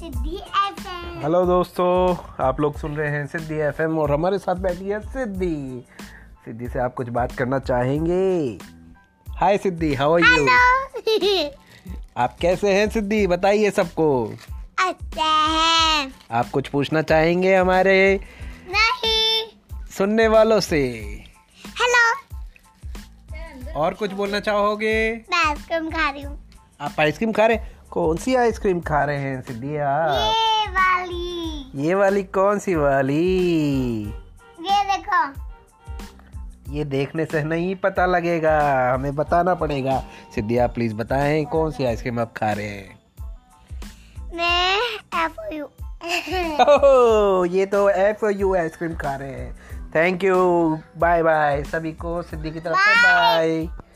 सिद्धि FM hello दोस्तों आप लोग सुन रहे हैं सिद्धि एफएम और हमारे साथ बैठी है सिद्धि सिद्धि से आप कुछ बात करना चाहेंगे hi Siddhi how are you hello आप कैसे हैं सिद्धि बताइए सबको अच्छा है आप कुछ पूछना चाहेंगे हमारे नहीं सुनने वालों से हेलो और कुछ बोलना चाहोगे मैं आइसक्रीम खा रही हूँ आप आइसक्रीम खा रहे कौन सी आइसक्रीम खा रहे हैं सिद्धि आप ये वाली ये वाली कौन सी वाली ये देखो ये देखने से नहीं पता लगेगा हमें बताना पड़ेगा सिद्धि आप प्लीज बताएं कौन सी आइसक्रीम आप खा रहे हैं मैं एफ यू ओह, ये तो एफ यू आइसक्रीम खा रहे हैं थैंक यू बाय बाय सभी को सिद्धि की तरफ से बाय